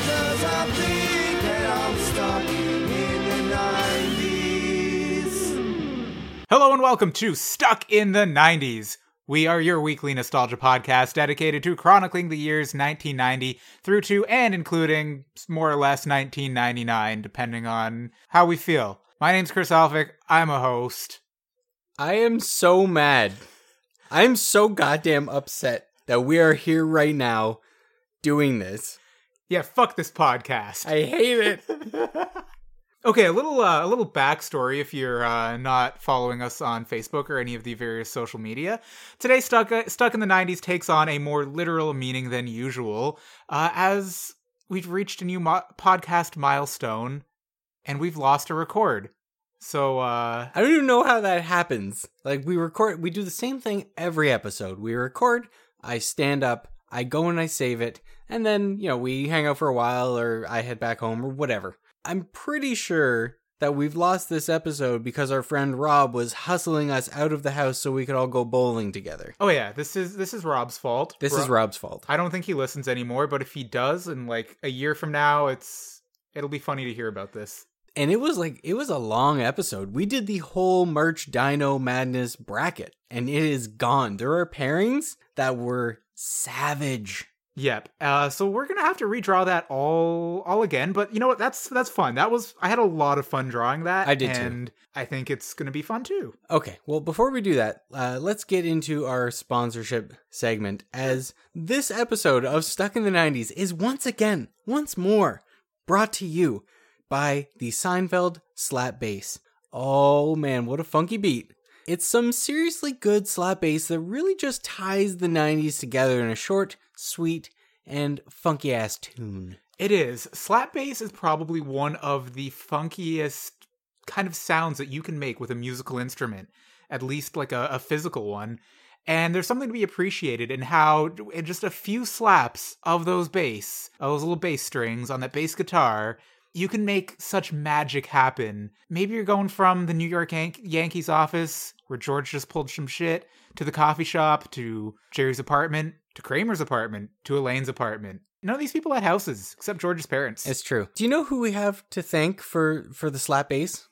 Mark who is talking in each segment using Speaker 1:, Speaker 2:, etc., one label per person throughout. Speaker 1: I think that I'm stuck in the 90s.
Speaker 2: Hello and welcome to Stuck in the 90s. We are your weekly nostalgia podcast dedicated to chronicling the years 1990 through to and including more or less 1999, depending on how we feel. My name's Chris Alphick. I'm a host.
Speaker 3: I am so mad. I'm so goddamn upset that we are here right now doing this.
Speaker 2: Yeah, fuck this podcast.
Speaker 3: I hate it.
Speaker 2: Okay, a little uh, a little backstory if you're uh, not following us on Facebook or any of the various social media. Today, stuck uh, stuck in the '90s takes on a more literal meaning than usual, uh, as we've reached a new mo- podcast milestone, and we've lost a record. So uh,
Speaker 3: I don't even know how that happens. Like we record we do the same thing every episode. We record, I stand up, I go and I save it, and then, you know, we hang out for a while or I head back home or whatever. I'm pretty sure that we've lost this episode because our friend Rob was hustling us out of the house so we could all go bowling together.
Speaker 2: oh yeah, this is this is Rob's fault.
Speaker 3: This is
Speaker 2: Ro-
Speaker 3: Rob's fault.
Speaker 2: I don't think he listens anymore, but if he does, in like a year from now, it's it'll be funny to hear about this.
Speaker 3: and it was like it was a long episode. We did the whole merch Dino Madness bracket, and it is gone. There are pairings that were savage.
Speaker 2: Yep. Uh, so we're gonna have to redraw that all all again. But you know what? That's that's fun. That was I had a lot of fun drawing that.
Speaker 3: I did too.
Speaker 2: and I think it's gonna be fun too.
Speaker 3: Okay, well, before we do that, uh, let's get into our sponsorship segment. As this episode of Stuck in the 90s is once again, once more, brought to you by the Seinfeld slap bass. Oh man, what a funky beat! It's some seriously good slap bass that really just ties the 90s together in a short, sweet, and funky ass tune.
Speaker 2: It is slap bass is probably one of the funkiest kind of sounds that you can make with a musical instrument, at least like a, a physical one. And there's something to be appreciated in how d- in just a few slaps of those bass, of those little bass strings on that bass guitar, you can make such magic happen. Maybe you're going from the New York Yan- Yankees office, where George just pulled some shit, to the coffee shop, to Jerry's apartment, to Kramer's apartment, to Elaine's apartment. None of these people had houses except George's parents.
Speaker 3: It's true. Do you know who we have to thank for for the slap bass?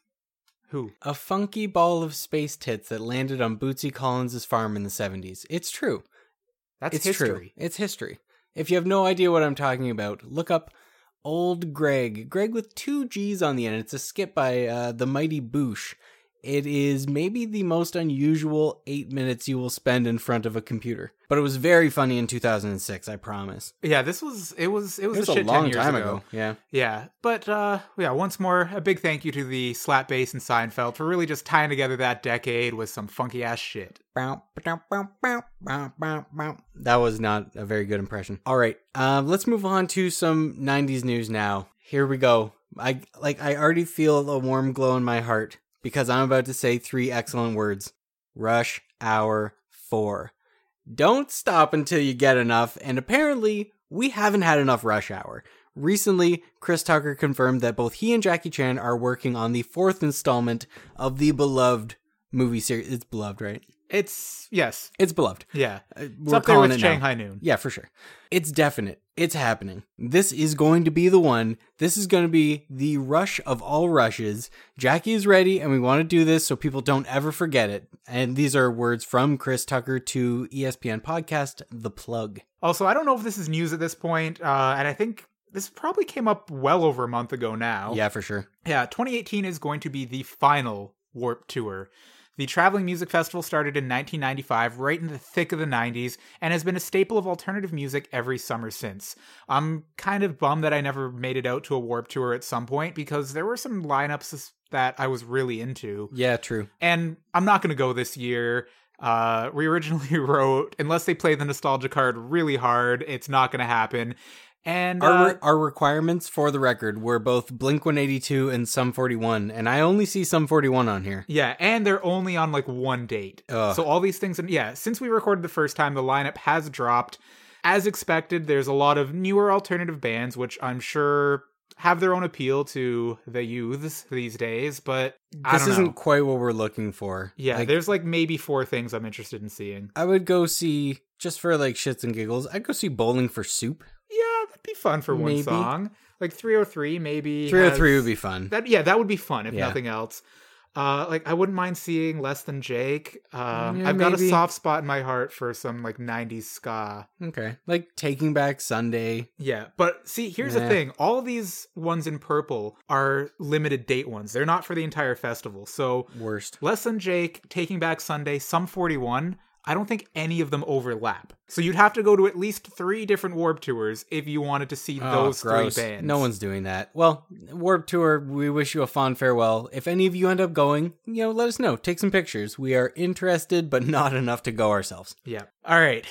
Speaker 2: Who?
Speaker 3: A funky ball of space tits that landed on Bootsy Collins' farm in the 70s. It's true.
Speaker 2: That's
Speaker 3: it's
Speaker 2: history.
Speaker 3: true. It's history. If you have no idea what I'm talking about, look up Old Greg. Greg with two G's on the end. It's a skip by uh, The Mighty Boosh. It is maybe the most unusual eight minutes you will spend in front of a computer. But it was very funny in 2006, I promise.
Speaker 2: Yeah, this was it was it was,
Speaker 3: It was
Speaker 2: a,
Speaker 3: a
Speaker 2: shit
Speaker 3: long
Speaker 2: 10 years
Speaker 3: time
Speaker 2: ago.
Speaker 3: ago. Yeah.
Speaker 2: Yeah, but uh yeah, once more a big thank you to the slap bass and Seinfeld for really just tying together that decade with some funky ass shit.
Speaker 3: That was not a very good impression. All right, um, let's move on to some '90s news now. Here we go. I like. I already feel a warm glow in my heart because I'm about to say three excellent words: Rush Hour Four. Don't stop until you get enough. And apparently, we haven't had enough Rush Hour. Recently, Chris Tucker confirmed that both he and Jackie Chan are working on the fourth installment of the beloved movie series. It's beloved, right?
Speaker 2: It's yes,
Speaker 3: It's beloved.
Speaker 2: yeah.
Speaker 3: Uh,
Speaker 2: It's
Speaker 3: We're
Speaker 2: up there
Speaker 3: calling
Speaker 2: with
Speaker 3: it now.
Speaker 2: Shanghai Noon.
Speaker 3: Yeah, for sure. It's definite. It's happening. This is going to be the one. This is going to be the rush of all rushes. Jackie is ready, and we want to do this so people don't ever forget it. And these are words from Chris Tucker to E ESPN podcast The Plug.
Speaker 2: Also, I don't know if this is news at this point, uh, and I think this probably came up well over a month ago now.
Speaker 3: Yeah, for sure.
Speaker 2: Yeah, 2018 is going to be the final Warp Tour. The traveling music festival started in 1995, right in the thick of the 90s, and has been a staple of alternative music every summer since. I'm kind of bummed that I never made it out to a Warp Tour at some point because there were some lineups that I was really into
Speaker 3: Yeah, true.
Speaker 2: and I'm not going to go this year. Uh, we originally wrote, unless they play the nostalgia card really hard, it's not going to happen. And
Speaker 3: Our,
Speaker 2: uh,
Speaker 3: re- our requirements for the record were both Blink 182 and Sum 41, and I only see Sum 41 on here.
Speaker 2: yeah, and they're only on like one date.
Speaker 3: Ugh.
Speaker 2: So all these things, and yeah, since we recorded the first time, the lineup has dropped. As expected, there's a lot of newer alternative bands, which I'm sure have their own appeal to the youths these days. But I
Speaker 3: This
Speaker 2: don't
Speaker 3: isn't
Speaker 2: know.
Speaker 3: quite what we're looking for.
Speaker 2: Yeah,
Speaker 3: Like,
Speaker 2: there's like maybe four things I'm interested in seeing.
Speaker 3: I would go see just for like shits and giggles. I'd go see Bowling for Soup.
Speaker 2: Yeah, that'd be fun for one
Speaker 3: Maybe.
Speaker 2: song. Like 303 maybe.
Speaker 3: 303
Speaker 2: has-
Speaker 3: would be fun.
Speaker 2: That yeah, that would be fun if
Speaker 3: Yeah.
Speaker 2: nothing else. Uh, like I wouldn't mind seeing less than Jake. Um,
Speaker 3: Yeah,
Speaker 2: I've got a
Speaker 3: maybe.
Speaker 2: soft spot in my heart for some like '90s ska.
Speaker 3: okay. Like Taking Back Sunday.
Speaker 2: Yeah, but see, here's the
Speaker 3: Yeah.
Speaker 2: thing: all these ones in purple are limited date ones. They're not for the entire festival. So
Speaker 3: Worst.
Speaker 2: less than Jake, Taking Back Sunday, some 41. I don't think any of them overlap. So you'd have to go to at least three different Warp tours if you wanted to see
Speaker 3: Oh,
Speaker 2: those
Speaker 3: gross.
Speaker 2: three bands.
Speaker 3: No one's doing that. Well, Warp Tour, we wish you a fond farewell. If any of you end up going, you know, let us know. Take some pictures. We are interested, but not enough to go ourselves.
Speaker 2: Yeah. All right.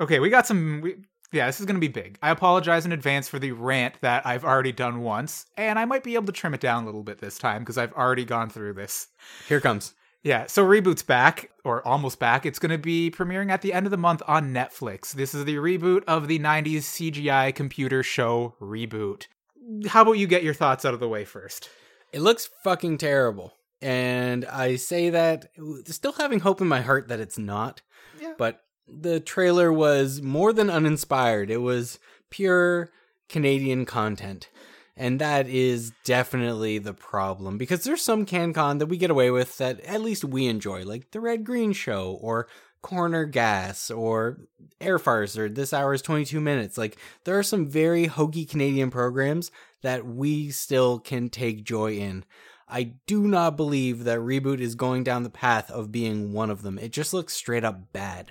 Speaker 2: Okay, we got some. We, yeah, this is going to be big. I apologize in advance for the rant that I've already done once, and I might be able to trim it down a little bit this time because I've already gone through this.
Speaker 3: Here comes.
Speaker 2: Yeah, so Reboot's back, or almost back. It's going to be premiering at the end of the month on Netflix. This is the reboot of the 90s CGI computer show Reboot. How about you get your thoughts out of the way first?
Speaker 3: It looks fucking terrible. And I say that still having hope in my heart that it's not.
Speaker 2: Yeah.
Speaker 3: But the trailer was more than uninspired. It was pure Canadian content. And that is definitely the problem because there's some CanCon that we get away with that at least we enjoy, like the Red Green Show or Corner Gas or Air Farce or This Hour is 22 Minutes. Like there are some very hokey Canadian programs that we still can take joy in. I do not believe that Reboot is going down the path of being one of them. It just looks straight up bad.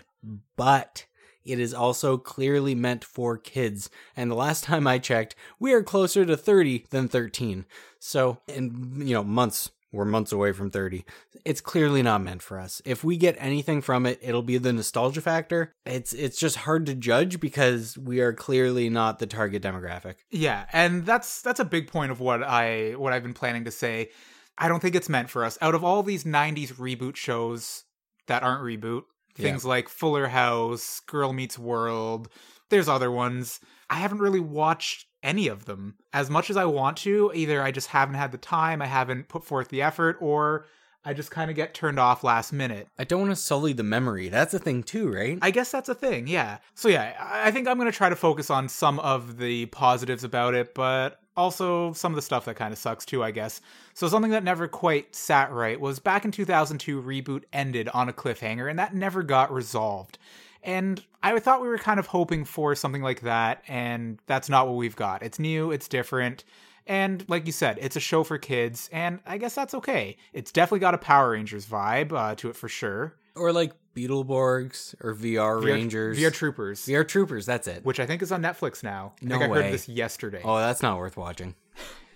Speaker 3: But it is also clearly meant for kids. And the last time I checked, we are closer to 30 than 13. So, and you know, months, we're months away from 30. It's clearly not meant for us. If we get anything from it, it'll be the nostalgia factor. It's it's just hard to judge because we are clearly not the target demographic.
Speaker 2: Yeah, and that's that's a big point of what I what I've been planning to say. I don't think it's meant for us. Out of all these '90s reboot shows that aren't reboot,
Speaker 3: Yeah.
Speaker 2: things like Fuller House, Girl Meets World, there's other ones. I haven't really watched any of them as much as I want to. Either I just haven't had the time, I haven't put forth the effort, or I just kind of get turned off last minute.
Speaker 3: I don't want to sully the memory. That's a thing too, right?
Speaker 2: I guess that's a thing, yeah. So yeah, I I think I'm gonna try to focus on some of the positives about it, but also some of the stuff that kind of sucks too, I guess. So something that never quite sat right was back in 2002, reboot ended on a cliffhanger, and that never got resolved. And I thought we were kind of hoping for something like that, and that's not what we've got. It's new, it's different. And like you said, it's a show for kids, and I guess that's okay. It's definitely got a Power Rangers vibe uh, to it for sure.
Speaker 3: or like Beetleborgs or VR,
Speaker 2: VR
Speaker 3: Rangers.
Speaker 2: VR Troopers.
Speaker 3: VR Troopers, that's it.
Speaker 2: which I think is on Netflix now. I
Speaker 3: No
Speaker 2: think I
Speaker 3: way.
Speaker 2: heard this yesterday.
Speaker 3: Oh, that's not worth watching.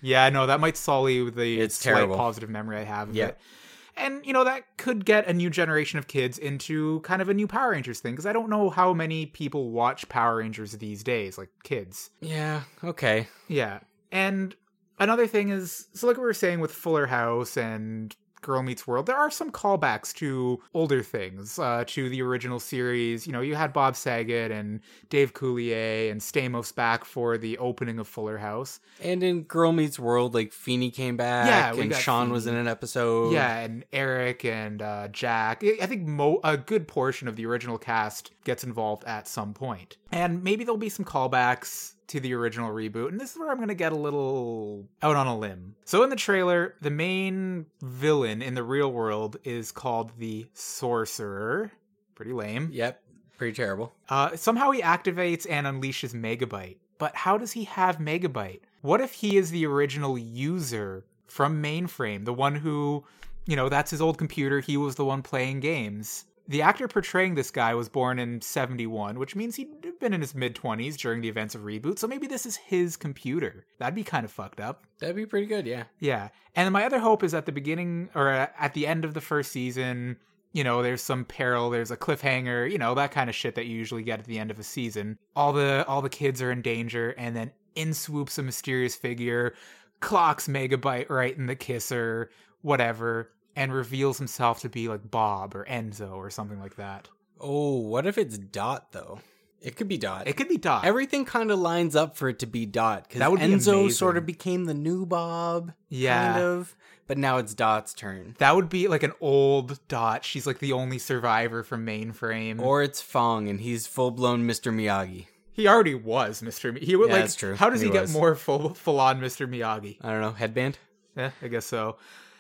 Speaker 2: Yeah, no, that might sully the
Speaker 3: It's
Speaker 2: slight
Speaker 3: terrible.
Speaker 2: positive memory I have of
Speaker 3: Yeah.
Speaker 2: it. And you know that could get a new generation of kids into kind of a new Power Rangers thing because I don't know how many people watch Power Rangers these days, like kids.
Speaker 3: Yeah, okay.
Speaker 2: Yeah. And another thing is so like we were saying with Fuller House and Girl Meets World, there are some callbacks to older things, uh, to the original series. You know, you had Bob Saget and Dave Coulier and Stamos back for the opening of Fuller House.
Speaker 3: And in Girl Meets World, like Feeny came back
Speaker 2: Yeah, we
Speaker 3: and
Speaker 2: got
Speaker 3: Sean was in
Speaker 2: Feeny.
Speaker 3: an episode.
Speaker 2: Yeah, and Eric and uh, Jack. I I think mo- a good portion of the original cast gets involved at some point. And maybe there'll be some callbacks to the original reboot. And this is where I'm going to get a little out on a limb. So, in the trailer, the main villain in the real world is called the Sorcerer. Pretty lame.
Speaker 3: Yep. Pretty terrible.
Speaker 2: Uh, somehow he activates and unleashes Megabyte. But how does he have Megabyte? What if he is the original user from Mainframe, the one who, you know, that's his old computer, he was the one playing games? The actor portraying this guy was born in 71, which means he'd been in his mid 20s during the events of Reboot, so maybe this is his computer. That'd be kind of fucked up.
Speaker 3: That'd be pretty good, yeah.
Speaker 2: Yeah. And my other hope is at the beginning or uh, at the end of the first season, you know, there's some peril, there's a cliffhanger, you know, that kind of shit that you usually get at the end of a season. All the all the kids are in danger and then in swoops a mysterious figure, clocks Megabyte right in the kisser, whatever, and reveals himself to be like Bob or Enzo or something like that.
Speaker 3: Oh, what if it's Dot though? It could be Dot.
Speaker 2: It could be Doc.
Speaker 3: Everything kind of lines up for it to be Dot because
Speaker 2: That would be
Speaker 3: Enzo
Speaker 2: amazing.
Speaker 3: sort of became the new Bob,
Speaker 2: yeah.
Speaker 3: kind of, but now it's Dot's turn.
Speaker 2: That would be like an old Dot. She's like the only survivor from mainframe.
Speaker 3: Or it's Fong and he's full blown Mr. Miyagi.
Speaker 2: He already was Mr. Mi- he would
Speaker 3: Yeah,
Speaker 2: like
Speaker 3: that's true.
Speaker 2: how does he,
Speaker 3: He
Speaker 2: get
Speaker 3: was.
Speaker 2: more full full on Mr. Miyagi?
Speaker 3: I don't know, headband?
Speaker 2: Yeah, I guess so.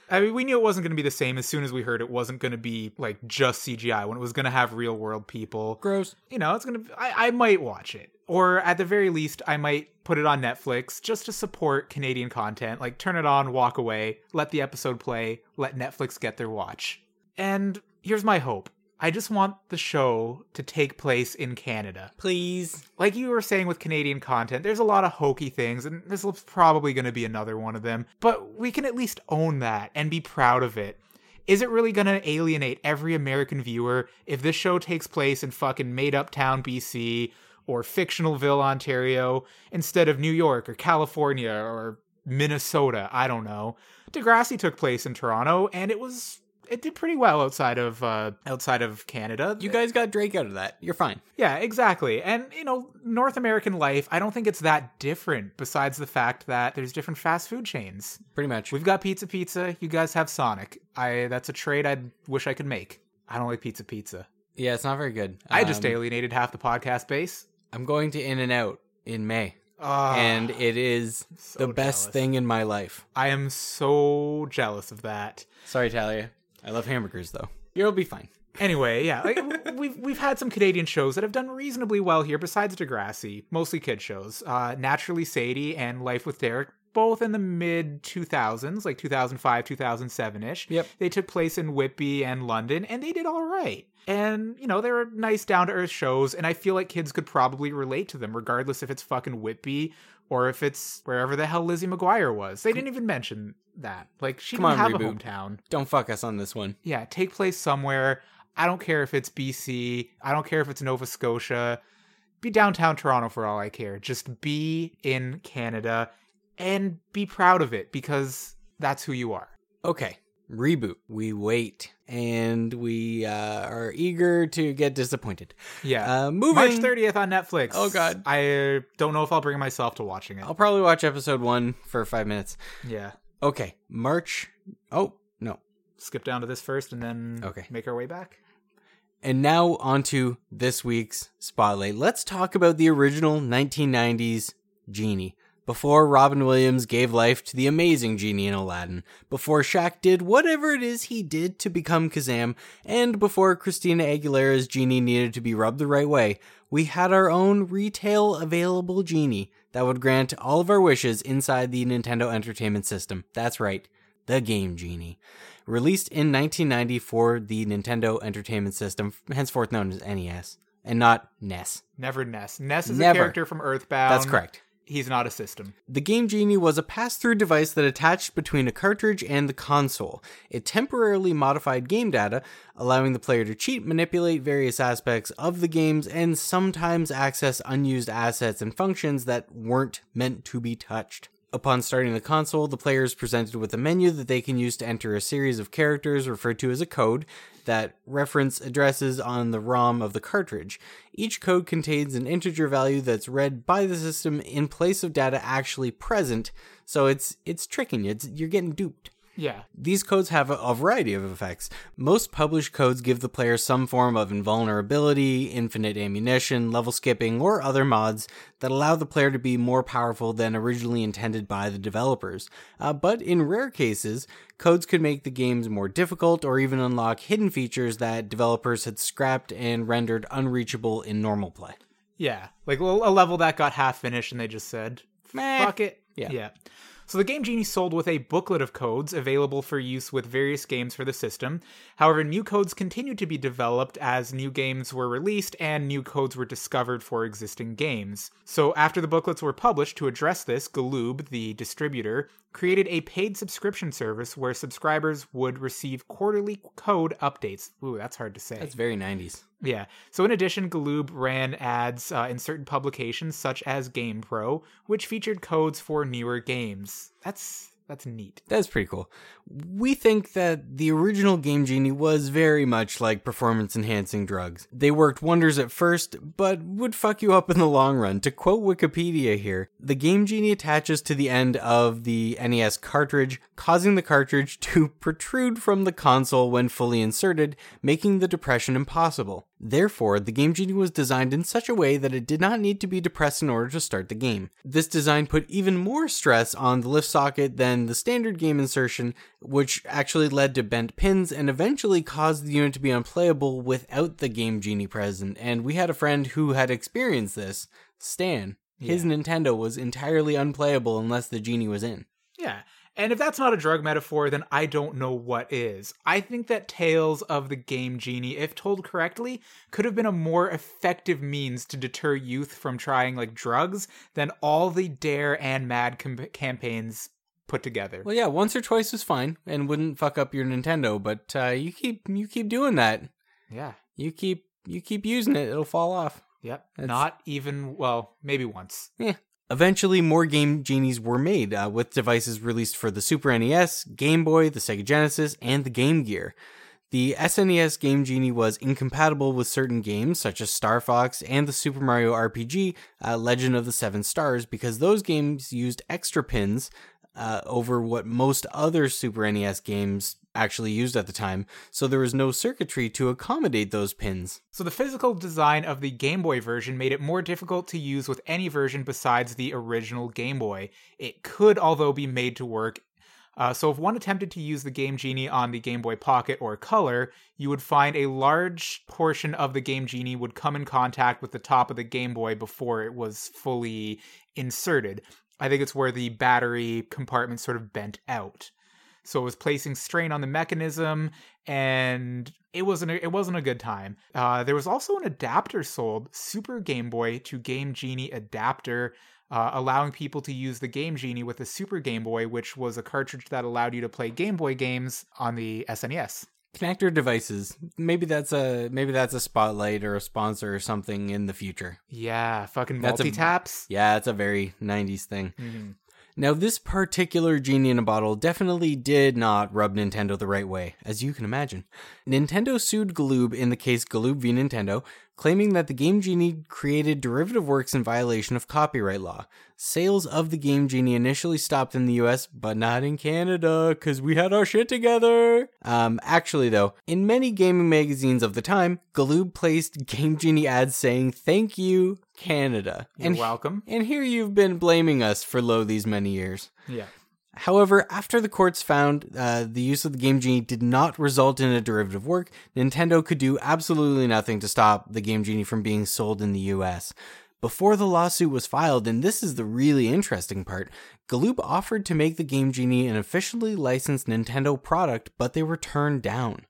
Speaker 2: I mean, we knew it wasn't going to be the same as soon as we heard it wasn't going to be like just CGI when it was going to have real world people.
Speaker 3: Gross.
Speaker 2: You know, it's going to I I might watch it or at the very least I might put it on Netflix just to support Canadian content. Like turn it on, walk away, let the episode play, let Netflix get their watch. And here's my hope. I just want the show to take place in Canada
Speaker 3: Please.
Speaker 2: like you were saying with Canadian content, there's a lot of hokey things, and this is probably going to be another one of them. But we can at least own that and be proud of it. Is it really going to alienate every American viewer if this show takes place in fucking made up town BC or fictionalville, Ontario, instead of New York or California or Minnesota? I don't know. Degrassi took place in Toronto, and it was. It did pretty well outside of uh, outside of Canada.
Speaker 3: You guys got Drake out of that. You're fine.
Speaker 2: Yeah, exactly. And, you know, North American life, I don't think it's that different, besides the fact that there's different fast food chains.
Speaker 3: Pretty much.
Speaker 2: We've got Pizza Pizza, you guys have Sonic. I that's a trade I wish I could make. I don't like Pizza Pizza.
Speaker 3: yeah, it's not very good.
Speaker 2: I just
Speaker 3: Um,
Speaker 2: alienated half the podcast base.
Speaker 3: I'm going to In and Out in May.
Speaker 2: Ah,
Speaker 3: and it is
Speaker 2: so
Speaker 3: the best
Speaker 2: jealous.
Speaker 3: thing in my life.
Speaker 2: I am so jealous of that.
Speaker 3: Sorry, Talia. I love hamburgers though. You'll be fine.
Speaker 2: Anyway, yeah, like we've we've had some Canadian shows that have done reasonably well here. Besides Degrassi, mostly kid shows. Uh, Naturally Sadie and Life with Derek, both in the mid two thousands, like two thousand five, two thousand seven ish.
Speaker 3: Yep.
Speaker 2: They took place in Whitby and London, and they did all right. And you know they were nice, down to earth shows, and I feel like kids could probably relate to them, regardless if it's fucking Whitby or if it's wherever the hell Lizzie McGuire was. They didn't even mention that. Like she
Speaker 3: Come
Speaker 2: didn't
Speaker 3: on,
Speaker 2: have
Speaker 3: reboot.
Speaker 2: a hometown
Speaker 3: Don't fuck us on this one.
Speaker 2: yeah, take place somewhere. I don't care if it's BC. I don't care if it's Nova Scotia. Be downtown Toronto for all I care. Just be in Canada and be proud of it because that's who you are.
Speaker 3: Okay. Reboot. We wait and we uh, are eager to get disappointed.
Speaker 2: Yeah.
Speaker 3: Uh, moving.
Speaker 2: March 30th on Netflix.
Speaker 3: Oh, God. Oh.
Speaker 2: I uh, don't know if I'll bring myself to watching it.
Speaker 3: I'll probably watch episode one for five minutes.
Speaker 2: Yeah.
Speaker 3: Okay. March. Oh, no.
Speaker 2: Skip down to this first and then
Speaker 3: Okay.
Speaker 2: make our way back.
Speaker 3: And now on to this week's spotlight. Let's talk about the original 1990s Genie. Before Robin Williams gave life to the amazing Genie in Aladdin, before Shaq did whatever it is he did to become Kazam, and before Christina Aguilera's Genie needed to be rubbed the right way, we had our own retail available Genie that would grant all of our wishes inside the Nintendo Entertainment System. That's right, the Game Genie released in 1990 for the Nintendo Entertainment System, henceforth known as NES, and not E NES.
Speaker 2: Never Ness. Ness is
Speaker 3: Never.
Speaker 2: a character from Earthbound.
Speaker 3: That's correct.
Speaker 2: He's not a system.
Speaker 3: The Game Genie was a pass through device that attached between a cartridge and the console. It temporarily modified game data, allowing the player to cheat, manipulate various aspects of the games, and sometimes access unused assets and functions that weren't meant to be touched. Upon starting the console, the player is presented with a menu that they can use to enter a series of characters referred to as a code that reference addresses on the ROM of the cartridge. Each code contains an integer value that's read by the system in place of data actually present, so it's it's tricking you. It's, you're getting duped.
Speaker 2: Yeah.
Speaker 3: These codes have a, a variety of effects. Most published codes give the player some form of invulnerability, infinite ammunition, level skipping, or other mods that allow the player to be more powerful than originally intended by the developers. Uh, but in rare cases, codes could make the games more difficult or even unlock hidden features that developers had scrapped and rendered unreachable in normal play.
Speaker 2: Yeah, like l- a level that got half finished, and they just said,
Speaker 3: Meh.
Speaker 2: "Fuck it."
Speaker 3: Eh. Yeah.
Speaker 2: yeah. So the Game Genie sold with a booklet of codes available for use with various games for the system. However, new codes continued to be developed as new games were released and new codes were discovered for existing games. So after the booklets were published to address this, Galoob, the distributor, created a paid subscription service where subscribers would receive quarterly code updates. Ooh, that's hard to say.
Speaker 3: That's very 90s.
Speaker 2: Yeah. So in addition, Galoob ran ads uh, in certain publications such as GamePro, which featured codes for newer games. That's that's neat.
Speaker 3: That's pretty cool. We think that the original Game Genie was very much like performance enhancing drugs. They worked wonders at first, but would fuck you up in the long run. To quote Wikipedia here, the Game Genie attaches to the end of the NES cartridge, causing the cartridge to protrude from the console when fully inserted, making the depression impossible. Therefore, the Game Genie was designed in such a way that it did not need to be depressed in order to start the game. This design put even more stress on the lift socket than the standard game insertion, which actually led to bent pins and eventually caused the unit to be unplayable without the Game Genie present. And we had a friend who had experienced this, Stan. His Nintendo was entirely unplayable unless the Genie was in.
Speaker 2: Yeah. And if that's not a drug metaphor, then I don't know what is. I think that Tales of the Game Genie, if told correctly, could have been a more effective means to deter youth from trying like drugs than all the Dare and Mad com- campaigns put together.
Speaker 3: Well, yeah, once or twice was fine and wouldn't fuck up your Nintendo, but uh, you keep you keep doing that.
Speaker 2: yeah.
Speaker 3: You keep you keep using it; it'll fall off.
Speaker 2: Yep.
Speaker 3: That's-
Speaker 2: Not even, well, maybe once.
Speaker 3: Eventually, more Game Genies were made, uh, with devices released for the Super NES, Game Boy, the Sega Genesis, and the Game Gear. The SNES Game Genie was incompatible with certain games, such as Star Fox and the Super Mario RPG uh, Legend of the Seven Stars, because those games used extra pins uh, over what most other Super NES games actually used at the time, so there was no circuitry to accommodate those pins.
Speaker 2: So the physical design of the Game Boy version made it more difficult to use with any version besides the original Game Boy. It could, although, be made to work. Uh, so if one attempted to use the Game Genie on the Game Boy Pocket or Color, you would find a large portion of the Game Genie would come in contact with the top of the Game Boy before it was fully inserted. I think it's where the battery compartment sort of bent out. So it was placing strain on the mechanism, and it wasn't a, it wasn't a good time. Uh, there was also an adapter sold, Super Game Boy to Game Genie adapter, uh, allowing people to use the Game Genie with the Super Game Boy, which was a cartridge that allowed you to play Game Boy games on the E SNES.
Speaker 3: connector devices maybe that's a maybe that's a spotlight or a sponsor or something in the future
Speaker 2: Yeah, fucking
Speaker 3: That's a-
Speaker 2: multi taps.
Speaker 3: yeah it's a very 90s thing
Speaker 2: Mhm.
Speaker 3: now this particular genie in a bottle definitely did not rub nintendo the right way as you can imagine nintendo sued galoob in the case galoob v nintendo claiming that the game genie created derivative works in violation of copyright law sales of the game genie initially stopped in the us but not in canada because we had our shit together um actually though in many gaming magazines of the time galoob placed game genie ads saying thank you canada
Speaker 2: You're
Speaker 3: and
Speaker 2: welcome.
Speaker 3: and here you've been blaming us for low these many years.
Speaker 2: Yeah.
Speaker 3: However, after the courts found uh, the use of the Game Genie did not result in a derivative work, Nintendo could do absolutely nothing to stop the Game Genie from being sold in the US. Before the lawsuit was filed, and this is the really interesting part, Galoob offered to make the Game Genie an officially licensed Nintendo product, but they were turned down.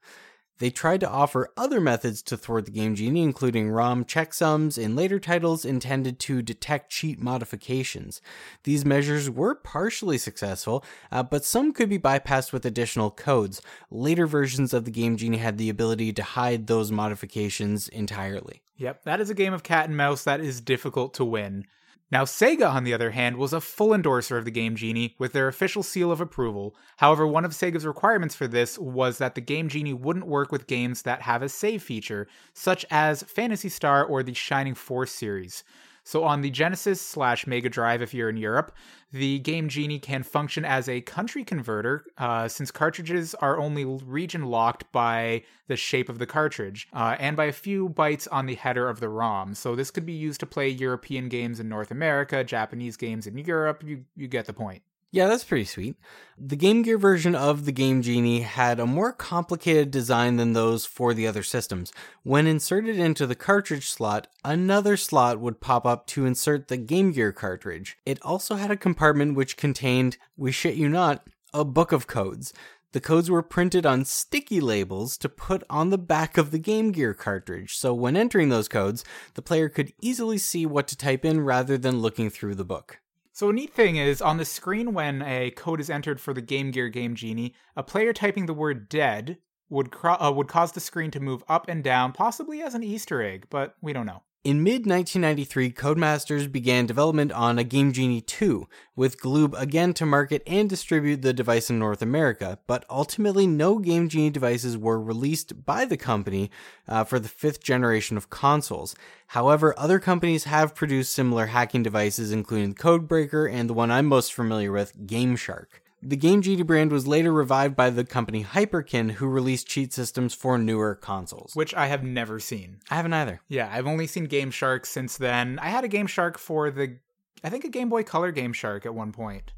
Speaker 3: They tried to offer other methods to thwart the Game Genie, including ROM checksums in later titles intended to detect cheat modifications. These measures were partially successful, uh, but some could be bypassed with additional codes. Later versions of the Game Genie had the ability to hide those modifications entirely.
Speaker 2: Yep, that is a game of cat and mouse that is difficult to win. Now, Sega, on the other hand, was a full endorser of the Game Genie with their official seal of approval. However, one of Sega's requirements for this was that the Game Genie wouldn't work with games that have a save feature, such as Fantasy Star or the Shining Force series. So, on the Genesis slash Mega Drive, if you're in Europe, the Game Genie can function as a country converter uh, since cartridges are only region locked by the shape of the cartridge uh, and by a few bytes on the header of the ROM. So, this could be used to play European games in North America, Japanese games in Europe. You, you get the point.
Speaker 3: Yeah, that's pretty sweet. The Game Gear version of the Game Genie had a more complicated design than those for the other systems. When inserted into the cartridge slot, another slot would pop up to insert the Game Gear cartridge. It also had a compartment which contained, we shit you not, a book of codes. The codes were printed on sticky labels to put on the back of the Game Gear cartridge, so when entering those codes, the player could easily see what to type in rather than looking through the book.
Speaker 2: So a neat thing is on the screen when a code is entered for the Game Gear Game Genie, a player typing the word "dead" would cro- uh, would cause the screen to move up and down, possibly as an Easter egg, but we don't know.
Speaker 3: In mid 1993, Codemasters began development on a Game Genie 2, with Gloob again to market and distribute the device in North America, but ultimately no Game Genie devices were released by the company uh, for the fifth generation of consoles. However, other companies have produced similar hacking devices, including Codebreaker and the one I'm most familiar with, Game Shark. The Game Genie brand was later revived by the company Hyperkin, who released cheat systems for newer consoles.
Speaker 2: which I have never seen.
Speaker 3: I haven't either.
Speaker 2: Yeah, I've only seen Game Shark since then. I had a Game Shark for the, I think a Game Boy Color Game Shark at one point.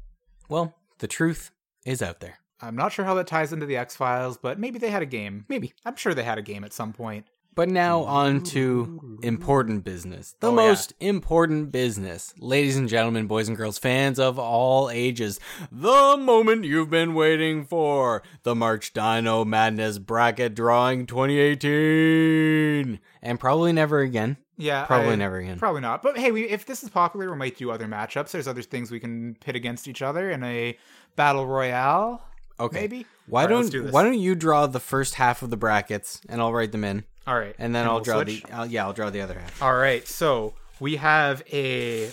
Speaker 3: Well, the truth is out there.
Speaker 2: I'm not sure how that ties into the X Files, but maybe they had a game.
Speaker 3: Maybe.
Speaker 2: I'm sure they had a game at some point.
Speaker 3: But now on to important business. The
Speaker 2: Oh, yeah.
Speaker 3: most important business. Ladies and gentlemen, boys and girls, fans of all ages, the moment you've been waiting for. The March Dino Madness Bracket Drawing 2018. And probably never again.
Speaker 2: Yeah,
Speaker 3: Probably
Speaker 2: I-
Speaker 3: never again.
Speaker 2: Probably not. But hey, we, if this is popular, we might do other matchups. There's other things we can pit against each other in a battle royale.
Speaker 3: okay.
Speaker 2: Maybe.
Speaker 3: Why
Speaker 2: All right, let's
Speaker 3: don't
Speaker 2: do this.
Speaker 3: why don't you draw the first half of the brackets and I'll write them in
Speaker 2: All right,
Speaker 3: and then I'll
Speaker 2: we'll
Speaker 3: draw
Speaker 2: switch.
Speaker 3: the I'll, yeah, I'll draw the other half.
Speaker 2: All right, so we have a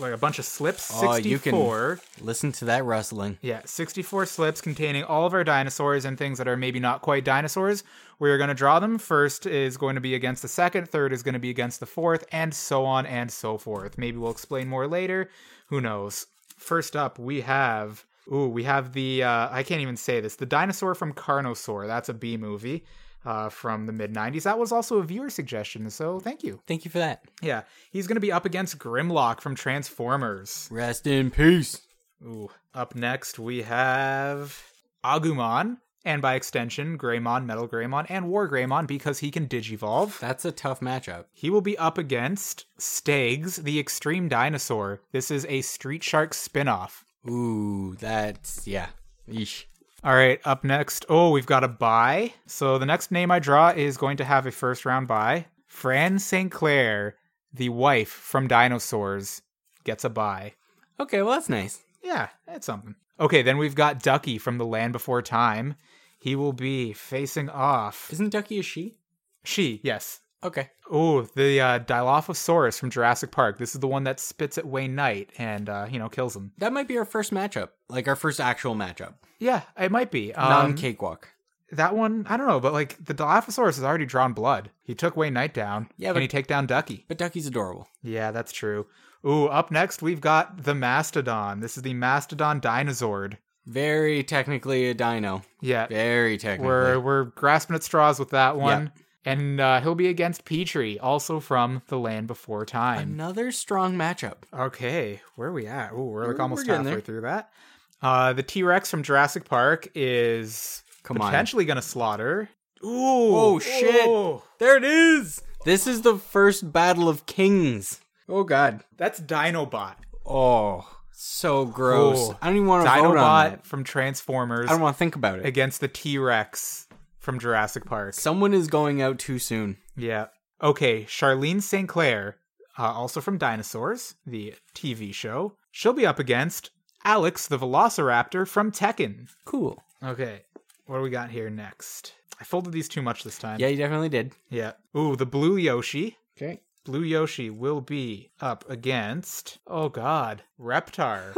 Speaker 2: like a bunch of slips.
Speaker 3: Oh,
Speaker 2: Sixty-four.
Speaker 3: you can- Listen to that rustling.
Speaker 2: Yeah, 64 slips containing all of our dinosaurs and things that are maybe not quite dinosaurs. We're going to draw them. First is going to be against the second, third is going to be against the fourth, and so on and so forth. Maybe we'll explain more later. Who knows? First up, we have. Ooh, we have the. Uh, I can't even say this. The dinosaur from Carnosaur. That's a B movie uh, from the mid 90s. That was also a viewer suggestion, so thank you.
Speaker 3: Thank you for that.
Speaker 2: Yeah, he's going to be up against Grimlock from Transformers.
Speaker 3: Rest in peace.
Speaker 2: Ooh. Up next, we have Agumon, and by extension, Greymon, Metal Greymon, and War Greymon because he can digivolve.
Speaker 3: That's a tough matchup.
Speaker 2: He will be up against Stags, the extreme dinosaur. This is a Street Shark spinoff.
Speaker 3: Ooh, that's yeah. Yeesh.
Speaker 2: All right, up next. Oh, we've got a buy. So the next name I draw is going to have a first round buy. Fran St. Clair, the wife from Dinosaurs, gets a buy.
Speaker 3: Okay, well that's nice.
Speaker 2: Yeah, that's something. Okay, then we've got Ducky from The Land Before Time. He will be facing off.
Speaker 3: Isn't Ducky a she?
Speaker 2: She, yes.
Speaker 3: Okay.
Speaker 2: Oh, the uh, Dilophosaurus from Jurassic Park. This is the one that spits at Wayne Knight and, uh, you know, kills him.
Speaker 3: That might be our first matchup. Like our first actual matchup.
Speaker 2: Yeah, it might be. Um,
Speaker 3: Non cakewalk.
Speaker 2: that one, I don't know, but like the Dilophosaurus has already drawn blood. He took Wayne Knight down.
Speaker 3: Yeah,
Speaker 2: Can
Speaker 3: but-
Speaker 2: he take down Ducky?
Speaker 3: But Ducky's adorable.
Speaker 2: Yeah, that's true. Ooh, up next we've got the Mastodon. This is the Mastodon Dinosaur.
Speaker 3: Very technically a dino.
Speaker 2: Yeah,
Speaker 3: Very technically.
Speaker 2: We're we're grasping at straws with that one. And uh, he'll be against Petrie, also from The Land Before Time.
Speaker 3: Another strong matchup.
Speaker 2: Okay, where are we at? Ooh, we're like
Speaker 3: We're-
Speaker 2: almost
Speaker 3: we're getting
Speaker 2: halfway
Speaker 3: there.
Speaker 2: through that. Uh, the T Rex from Jurassic Park is
Speaker 3: Come on.
Speaker 2: potentially going to slaughter. Ooh,
Speaker 3: Oh shit.
Speaker 2: Ooh.
Speaker 3: There it is. This is the first battle of kings. Oh god.
Speaker 2: That's Dinobot.
Speaker 3: Oh, so gross.
Speaker 2: Oh.
Speaker 3: I don't even want to vote on that.
Speaker 2: Dinobot from Transformers
Speaker 3: I don't want to think about it.
Speaker 2: against the T Rex from Jurassic Park.
Speaker 3: Someone is going out too soon.
Speaker 2: Yeah. Okay, Charlene St. Clair, uh, also from Dinosaurs, the TV show. She'll be up against Alex the Velociraptor from Tekken.
Speaker 3: Cool.
Speaker 2: Okay, what do we got here next? I folded these too much this time.
Speaker 3: Yeah, you definitely did.
Speaker 2: Yeah. Ooh, the Blue Yoshi.
Speaker 3: Okay.
Speaker 2: Blue Yoshi will be up against, oh god, Reptar.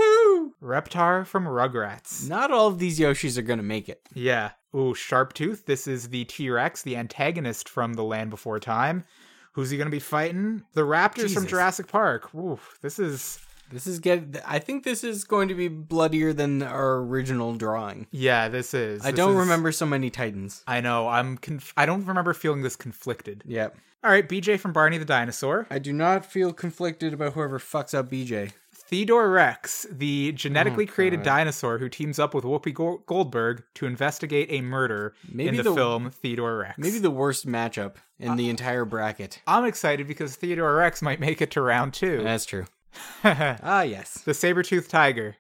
Speaker 2: Reptar from Rugrats.
Speaker 3: Not all of these Yoshis are going to make it.
Speaker 2: Yeah. Ooh, Sharptooth. This is the T Rex, the antagonist from The Land Before Time. Who's he going to be fighting? The Raptors from
Speaker 3: Jesus.
Speaker 2: Jurassic Park. Ooh, this is.
Speaker 3: This is get. I think this is going to be bloodier than our original drawing.
Speaker 2: Yeah, this is.
Speaker 3: I
Speaker 2: This
Speaker 3: don't
Speaker 2: is-
Speaker 3: remember so many Titans.
Speaker 2: I know. I'm. Conf- I don't remember feeling this conflicted.
Speaker 3: Yeah,
Speaker 2: All right, BJ from Barney the Dinosaur.
Speaker 3: I do not feel conflicted about whoever fucks up BJ.
Speaker 2: Theodore Rex, the genetically
Speaker 3: Oh,
Speaker 2: created dinosaur who teams up with Whoopi Go- Goldberg to investigate a murder
Speaker 3: Maybe
Speaker 2: in the,
Speaker 3: the-
Speaker 2: film Theodore Rex.
Speaker 3: Maybe the worst matchup in the entire bracket.
Speaker 2: I'm excited because Theodore Rex might make it to round two.
Speaker 3: That's true. Ah, yes.
Speaker 2: The saber-toothed tiger.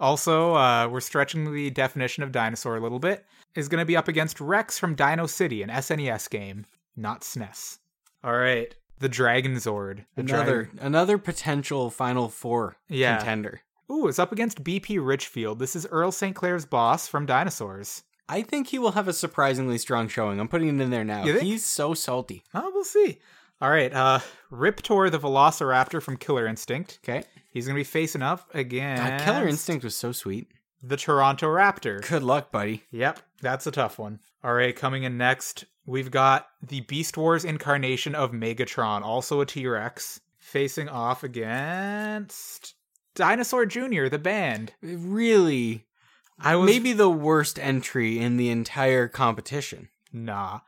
Speaker 2: Also, uh, we're stretching the definition of dinosaur a little bit. Is going to be up against Rex from Dino City, an SNES game, not SNES. All right, the Dragonzord. The
Speaker 3: Another
Speaker 2: dragon-
Speaker 3: another potential Final Four
Speaker 2: Yeah.
Speaker 3: contender.
Speaker 2: Ooh, it's up against BP Richfield. This is Earl St. Clair's boss from Dinosaurs.
Speaker 3: I think he will have a surprisingly strong showing. I'm putting it in there now.
Speaker 2: You think?
Speaker 3: He's so salty.
Speaker 2: Oh, we'll see. All right, uh, Riptor the Velociraptor from Killer Instinct.
Speaker 3: Okay.
Speaker 2: He's going to be facing up
Speaker 3: God,
Speaker 2: against
Speaker 3: Killer Instinct was so sweet.
Speaker 2: the Toronto Raptor.
Speaker 3: Good luck, buddy.
Speaker 2: Yep, that's a tough one. All right, coming in next, we've got the Beast Wars incarnation of Megatron, also a T Rex, facing off against Dinosaur Jr., the band.
Speaker 3: Really
Speaker 2: I was
Speaker 3: Maybe the worst entry in the entire competition.
Speaker 2: nah.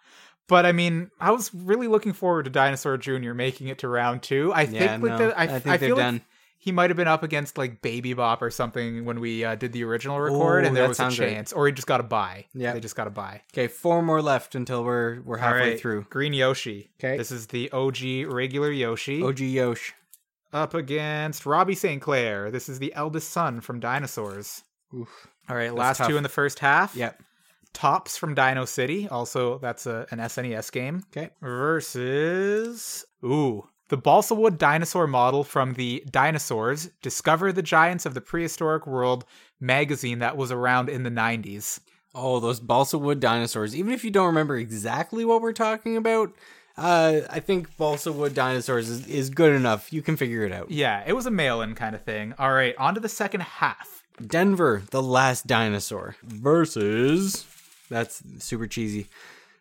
Speaker 2: But I mean, I was really looking forward to Dinosaur Jr. making it to round two. I
Speaker 3: yeah,
Speaker 2: think
Speaker 3: no,
Speaker 2: like the, I,
Speaker 3: I, think
Speaker 2: I
Speaker 3: they're
Speaker 2: feel like
Speaker 3: done.
Speaker 2: he might have been up against like Baby Bop or something when we uh, did the original record,
Speaker 3: Ooh,
Speaker 2: and there
Speaker 3: that
Speaker 2: was a
Speaker 3: sounds right.
Speaker 2: chance, or he just got a buy.
Speaker 3: Yeah.
Speaker 2: they just got a buy.
Speaker 3: okay, four more left until we're we're halfway through.
Speaker 2: Green Yoshi.
Speaker 3: 'Kay.
Speaker 2: this is the OG regular Yoshi
Speaker 3: OG Yosh.
Speaker 2: up against Robbie St. Clair. This is the eldest son from Dinosaurs.
Speaker 3: Oof.
Speaker 2: All right,
Speaker 3: That's
Speaker 2: last
Speaker 3: tough.
Speaker 2: two in the first half.
Speaker 3: Yep.
Speaker 2: Tops from Dino City. Also, that's a, an SNES game.
Speaker 3: Okay.
Speaker 2: Versus. Ooh. The balsa wood dinosaur model from the Dinosaurs Discover the Giants of the Prehistoric World magazine that was around in the 90s.
Speaker 3: Oh, those balsa wood dinosaurs. Even if you don't remember exactly what we're talking about, uh, I think balsa wood dinosaurs is, is good enough. You can figure it out.
Speaker 2: Yeah, it was a mail in kind of thing. All right, on to the second half.
Speaker 3: Denver, the last dinosaur versus. That's super cheesy.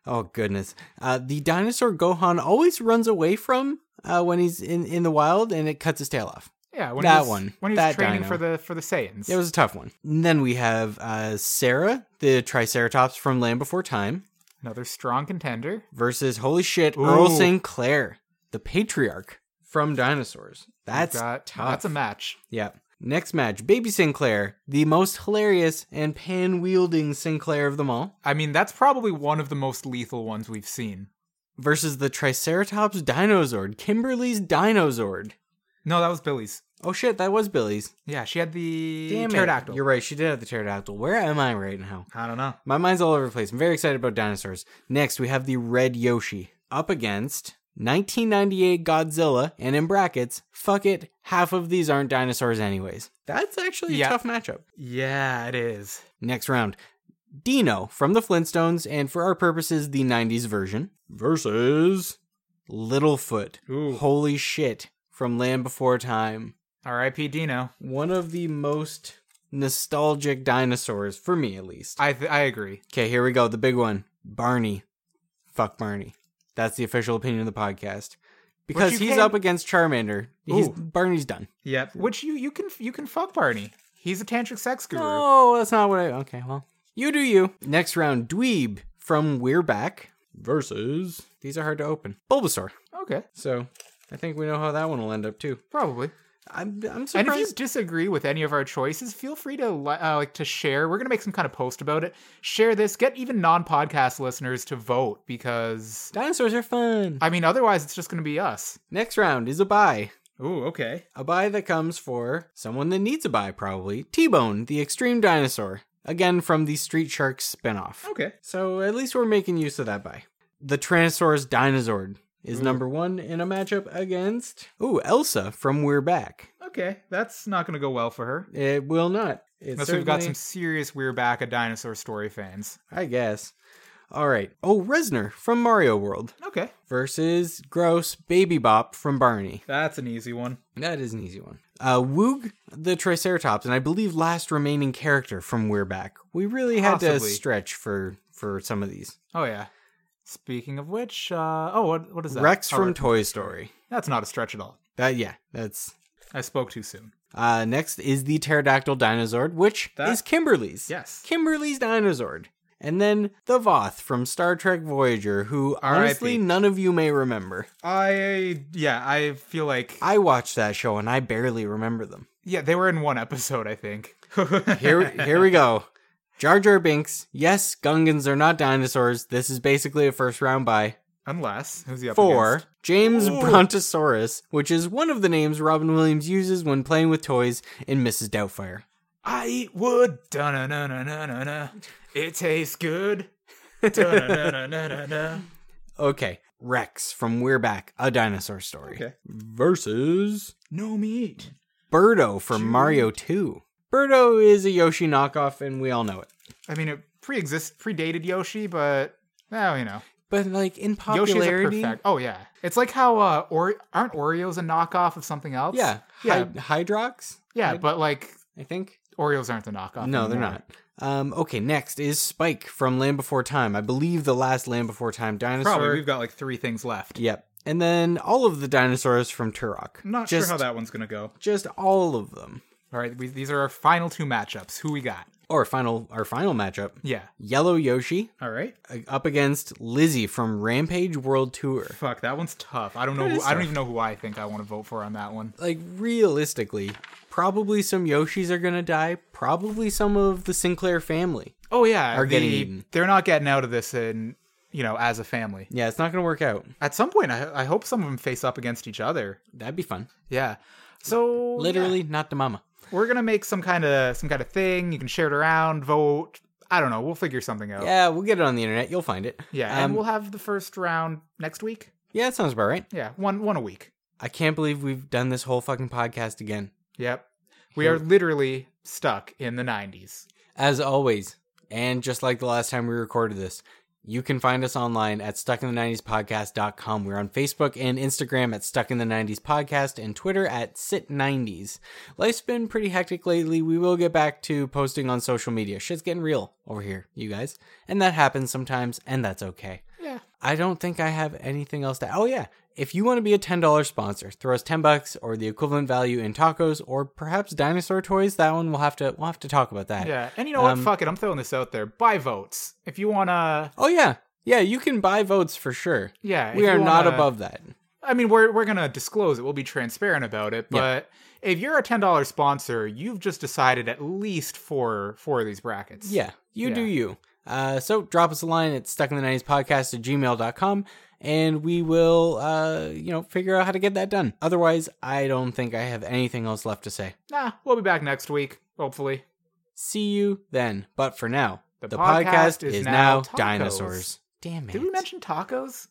Speaker 3: Oh goodness. Uh, the dinosaur Gohan always runs away from uh, when he's in, in the wild, and it cuts his tail off.
Speaker 2: Yeah, when
Speaker 3: That
Speaker 2: he was,
Speaker 3: one.
Speaker 2: When he was
Speaker 3: That
Speaker 2: training
Speaker 3: dino.
Speaker 2: for the for the Saiyans.
Speaker 3: It was a tough one. And then we have uh, Sarah, the Triceratops from Land Before Time,
Speaker 2: Another strong contender.
Speaker 3: versus holy shit Earl
Speaker 2: Ooh.
Speaker 3: St. Clair, the patriarch from Dinosaurs. That's
Speaker 2: Got-
Speaker 3: tough.
Speaker 2: That's a match.
Speaker 3: Yeah. Next match, Baby Sinclair, the most hilarious and pan wielding Sinclair of them all,
Speaker 2: I mean, that's probably one of the most lethal ones we've seen.
Speaker 3: versus the Triceratops Dinozord, Kimberly's Dinozord.
Speaker 2: No, that was Billy's.
Speaker 3: Oh shit, that was Billy's.
Speaker 2: Yeah, she had the
Speaker 3: Damn it.
Speaker 2: pterodactyl.
Speaker 3: You're right, she did have the pterodactyl. Where am I right now?
Speaker 2: I don't know.
Speaker 3: My mind's all over the place. I'm very excited about dinosaurs. Next, we have the Red Yoshi up against 1998 Godzilla, and in brackets, fuck it, half of these aren't dinosaurs anyways. That's actually a
Speaker 2: Yeah.
Speaker 3: tough matchup.
Speaker 2: Yeah, it is.
Speaker 3: Next round, Dino from the Flintstones, and for our purposes, the 90s version versus Littlefoot.
Speaker 2: Ooh.
Speaker 3: Holy shit! From Land Before Time,
Speaker 2: R.I.P. Dino.
Speaker 3: one of the most nostalgic dinosaurs for me, at least.
Speaker 2: I th- I agree.
Speaker 3: Okay, here we go. The big one. Barney. Fuck Barney. That's the official opinion of the podcast. Because
Speaker 2: you
Speaker 3: he's
Speaker 2: can-
Speaker 3: up against Charmander. He's
Speaker 2: Ooh.
Speaker 3: Barney's done.
Speaker 2: Yep. Which you you can you can fuck Barney. He's a tantric sex guru.
Speaker 3: No, that's not what I Okay, well. You do you. Next round, Dweeb from We're Back. Versus These are hard to open. Bulbasaur.
Speaker 2: Okay,
Speaker 3: So I think we know how that one will end up too.
Speaker 2: probably.
Speaker 3: I'm I'm
Speaker 2: And if you
Speaker 3: surprised.
Speaker 2: disagree with any of our choices, feel free to li- uh, like to share. We're gonna make some kind of post about it. Share this. Get even non-podcast listeners to vote because
Speaker 3: Dinosaurs are fun.
Speaker 2: I mean, otherwise it's just gonna be us.
Speaker 3: Next round is a bye.
Speaker 2: Ooh, okay.
Speaker 3: A buy that comes for someone that needs a buy, probably. T Bone, the extreme dinosaur. Again, from the Street Sharks spinoff.
Speaker 2: Okay.
Speaker 3: So at least we're making use of that buy. The Tyrannosaurus Dinozord is
Speaker 2: Ooh.
Speaker 3: number one in a matchup against. Ooh, Elsa from We're Back.
Speaker 2: Okay. That's not gonna go well for her.
Speaker 3: It will not. It
Speaker 2: Unless we've got some
Speaker 3: certainly-
Speaker 2: serious we're back a dinosaur story fans.
Speaker 3: I guess. All right. Oh, Resner from Mario World
Speaker 2: Okay.
Speaker 3: versus Gross Baby Bop from Barney.
Speaker 2: That's an easy one.
Speaker 3: That is an easy one. Uh, Woog the Triceratops, and I believe last remaining character from We're Back. We really had to
Speaker 2: Possibly.
Speaker 3: stretch for for some of these.
Speaker 2: Oh yeah. Speaking of which, uh, oh, what what is that?
Speaker 3: Rex
Speaker 2: Oh,
Speaker 3: from
Speaker 2: Rex.
Speaker 3: Toy Story.
Speaker 2: That's not a stretch at all.
Speaker 3: That yeah, that's.
Speaker 2: I spoke too soon.
Speaker 3: Uh, next is the pterodactyl dinosaur, which
Speaker 2: That-
Speaker 3: is Kimberly's.
Speaker 2: Yes.
Speaker 3: Kimberly's dinosaur. And then the Voth from Star Trek Voyager, who honestly
Speaker 2: R.I.P..
Speaker 3: none of you may remember.
Speaker 2: I yeah, I feel like
Speaker 3: I watched that show and I barely remember them.
Speaker 2: yeah, they were in one episode, I think.
Speaker 3: Here, here we go. Jar Jar Binks. Yes, Gungans are not dinosaurs. This is basically a first round by
Speaker 2: Unless who's the up
Speaker 3: four.
Speaker 2: against?
Speaker 3: James
Speaker 2: Ooh.
Speaker 3: Brontosaurus, which is one of the names Robin Williams uses when playing with toys in Mrs. Doubtfire.
Speaker 2: I eat wood. na na na na na. It tastes good. Dun-na-na-na-na-na.
Speaker 3: Okay, Rex from We're Back, a dinosaur story.
Speaker 2: Okay.
Speaker 3: Versus
Speaker 2: no meat.
Speaker 3: Birdo from Mario 2. Birdo is a Yoshi knockoff, and we all know it.
Speaker 2: I mean, it pre-exist predated Yoshi, but well, you know,
Speaker 3: But like in
Speaker 2: Yoshi's a
Speaker 3: popularity,
Speaker 2: perfect. Oh yeah, it's like how uh, or aren't Oreos a knockoff of something else?
Speaker 3: yeah,
Speaker 2: yeah,
Speaker 3: Hy- Hydrox,
Speaker 2: yeah. But like
Speaker 3: I think.
Speaker 2: Oreos aren't the knockoff.
Speaker 3: No, they're
Speaker 2: anymore.
Speaker 3: not. Um, okay, next is Spike from Land Before Time. I believe the last Land Before Time dinosaur.
Speaker 2: Probably we've got like three things left.
Speaker 3: Yep. And then all of the dinosaurs from Turok.
Speaker 2: I'm not
Speaker 3: just,
Speaker 2: sure how that one's gonna go.
Speaker 3: Just all of them.
Speaker 2: All right, we, these are our final two matchups. Who we got?
Speaker 3: Oh, our final our final matchup.
Speaker 2: Yeah.
Speaker 3: Yellow Yoshi
Speaker 2: All right.
Speaker 3: uh, up against Lizzie from Rampage World Tour.
Speaker 2: Fuck, that one's tough. I don't know.
Speaker 3: That
Speaker 2: Who,
Speaker 3: is
Speaker 2: I don't
Speaker 3: tough.
Speaker 2: even know who I think I want to vote for on that one.
Speaker 3: Like realistically, probably some Yoshis are gonna die. Probably some of the Sinclair family.
Speaker 2: Oh yeah,
Speaker 3: Are getting
Speaker 2: the-
Speaker 3: eaten.
Speaker 2: They're not getting out of this, and you know, as a family.
Speaker 3: Yeah, it's not gonna work out.
Speaker 2: At some point, I, I hope some of them face up against each other.
Speaker 3: That'd be fun.
Speaker 2: Yeah. So
Speaker 3: Literally, not the mama.
Speaker 2: yeah, we're gonna make some kind of some kind of thing. You can share it around, vote. I don't know. We'll figure something out.
Speaker 3: Yeah, we'll get it on the internet. You'll find it.
Speaker 2: Yeah,
Speaker 3: um,
Speaker 2: and we'll have the first round next week.
Speaker 3: yeah, that sounds about right.
Speaker 2: Yeah, one one a week.
Speaker 3: I can't believe we've done this whole fucking podcast again.
Speaker 2: Yep. We are literally stuck in the 90s.
Speaker 3: As always, and just like the last time we recorded this, you can find us online at stuckinthe90spodcast.com. We're on Facebook and Instagram at Stuck in the 90s Podcast and Twitter at Sit90s. Life's been pretty hectic lately. We will get back to posting on social media. Shit's getting real over here, you guys. And that happens sometimes, and that's okay.
Speaker 2: Yeah.
Speaker 3: I don't think I have anything else to. Oh yeah, if you want to be a ten dollars sponsor, throw us ten bucks or the equivalent value in tacos or perhaps dinosaur toys. That one we'll have to we'll have to talk about that.
Speaker 2: Yeah. And you know what?
Speaker 3: Um,
Speaker 2: Fuck it. I'm throwing this out there. Buy votes. If you want to
Speaker 3: Oh yeah, yeah. You can buy votes for sure.
Speaker 2: Yeah,
Speaker 3: we
Speaker 2: if
Speaker 3: are
Speaker 2: you
Speaker 3: not
Speaker 2: wanna-
Speaker 3: above that.
Speaker 2: I mean, we're we're going to disclose it. We'll be transparent about it,
Speaker 3: Yeah.
Speaker 2: but if you're a $10 sponsor, you've just decided at least four four of these brackets.
Speaker 3: Yeah, you do
Speaker 2: Yeah.
Speaker 3: you. Uh, so drop us a line at stuck in the nineties podcast at gmail.com and we will uh, you know figure out how to get that done. Otherwise, I don't think I have anything else left to say.
Speaker 2: Nah, we'll be back next week, hopefully.
Speaker 3: See you then. But for now,
Speaker 2: The
Speaker 3: the, podcast,
Speaker 2: podcast is
Speaker 3: is
Speaker 2: now
Speaker 3: now,
Speaker 2: tacos.
Speaker 3: dinosaurs. Damn it.
Speaker 2: Did we mention tacos?